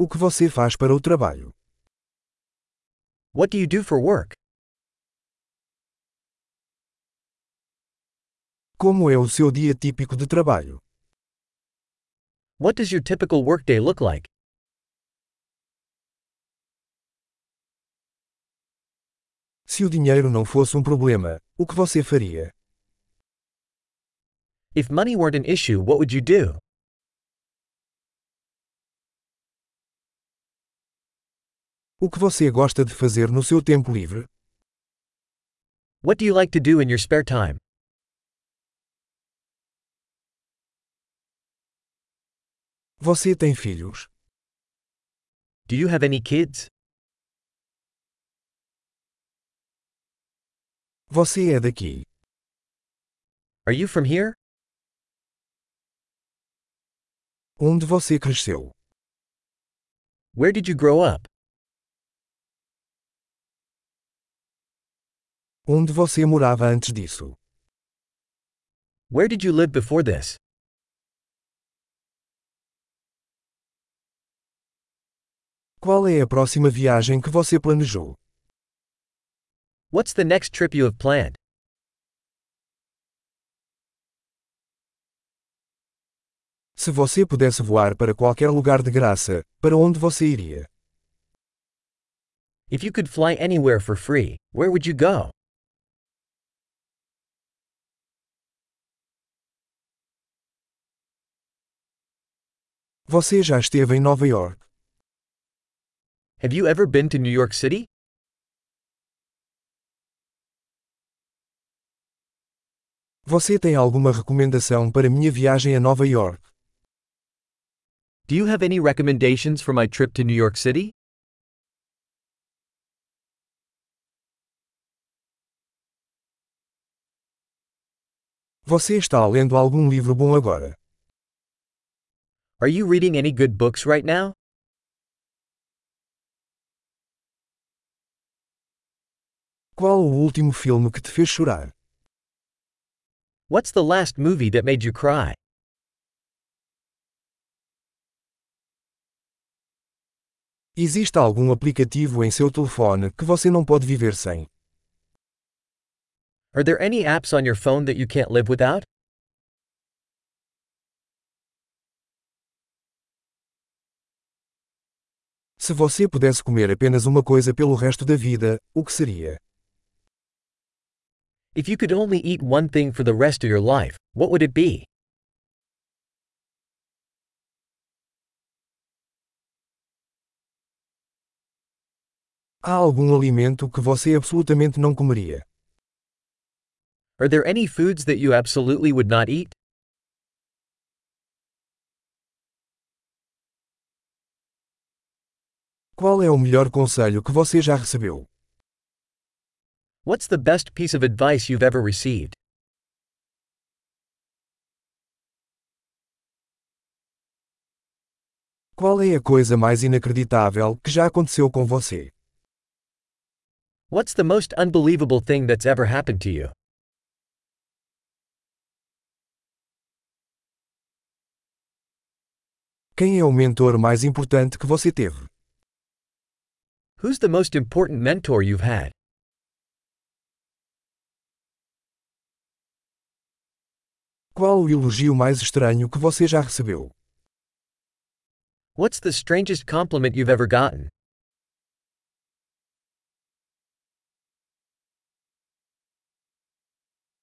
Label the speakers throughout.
Speaker 1: O que você faz para o trabalho?
Speaker 2: What do you do for work?
Speaker 1: Como é o seu dia típico de trabalho?
Speaker 2: What does your typical workday look like?
Speaker 1: Se o dinheiro não fosse um problema, o que você faria?
Speaker 2: If money weren't an issue, what would you do?
Speaker 1: O que você gosta de fazer no seu tempo livre?
Speaker 2: What do you like to do in your spare time?
Speaker 1: Você tem filhos?
Speaker 2: Do you have any kids?
Speaker 1: Você é daqui?
Speaker 2: Are you from here?
Speaker 1: Onde você cresceu?
Speaker 2: Where did you grow up?
Speaker 1: Onde você morava antes disso?
Speaker 2: Where did you live before this?
Speaker 1: Qual é a próxima viagem que você planejou?
Speaker 2: What's the next trip you have planned?
Speaker 1: Se você pudesse voar para qualquer lugar de graça, para onde você iria?
Speaker 2: If you could fly anywhere for free, where would you go?
Speaker 1: Você já esteve em Nova York?
Speaker 2: Have you ever been to New York City?
Speaker 1: Você tem alguma recomendação para minha viagem a Nova York?
Speaker 2: Do you have any recommendations for my trip to New York City?
Speaker 1: Você está lendo algum livro bom agora?
Speaker 2: Are you reading any good books right now?
Speaker 1: Qual o último filme que te fez chorar?
Speaker 2: What's the last movie that made you cry?
Speaker 1: Existe algum aplicativo em seu telefone que você não pode viver sem?
Speaker 2: Are there any apps on your phone that you can't live without?
Speaker 1: Se você pudesse comer apenas uma coisa pelo resto da vida, o que seria?
Speaker 2: If you could only eat one thing for the rest of your life, what would it be?
Speaker 1: Há algum alimento que você absolutamente não comeria?
Speaker 2: Are there any foods that you absolutely would not eat?
Speaker 1: Qual é o melhor conselho que você já recebeu?
Speaker 2: What's the best piece of advice you've ever received?
Speaker 1: Qual é a coisa mais inacreditável que já aconteceu com você?
Speaker 2: What's the most unbelievable thing that's ever happened to you?
Speaker 1: Quem é o mentor mais importante que você teve?
Speaker 2: Who's the most important mentor you've had?
Speaker 1: Qual o elogio mais estranho que você já recebeu?
Speaker 2: What's the strangest compliment you've ever gotten?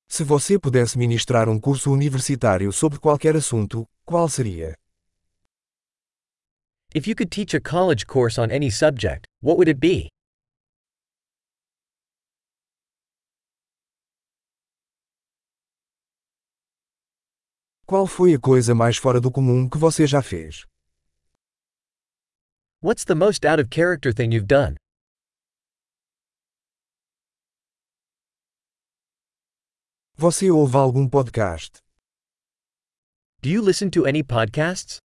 Speaker 1: Se você pudesse ministrar um curso universitário sobre qualquer assunto, qual seria?
Speaker 2: If you could teach a college course on any subject, what would it be?
Speaker 1: Qual foi a coisa mais fora do comum que você já fez?
Speaker 2: What's the most out of character thing you've done?
Speaker 1: Você ouve algum podcast?
Speaker 2: Do you listen to any podcasts?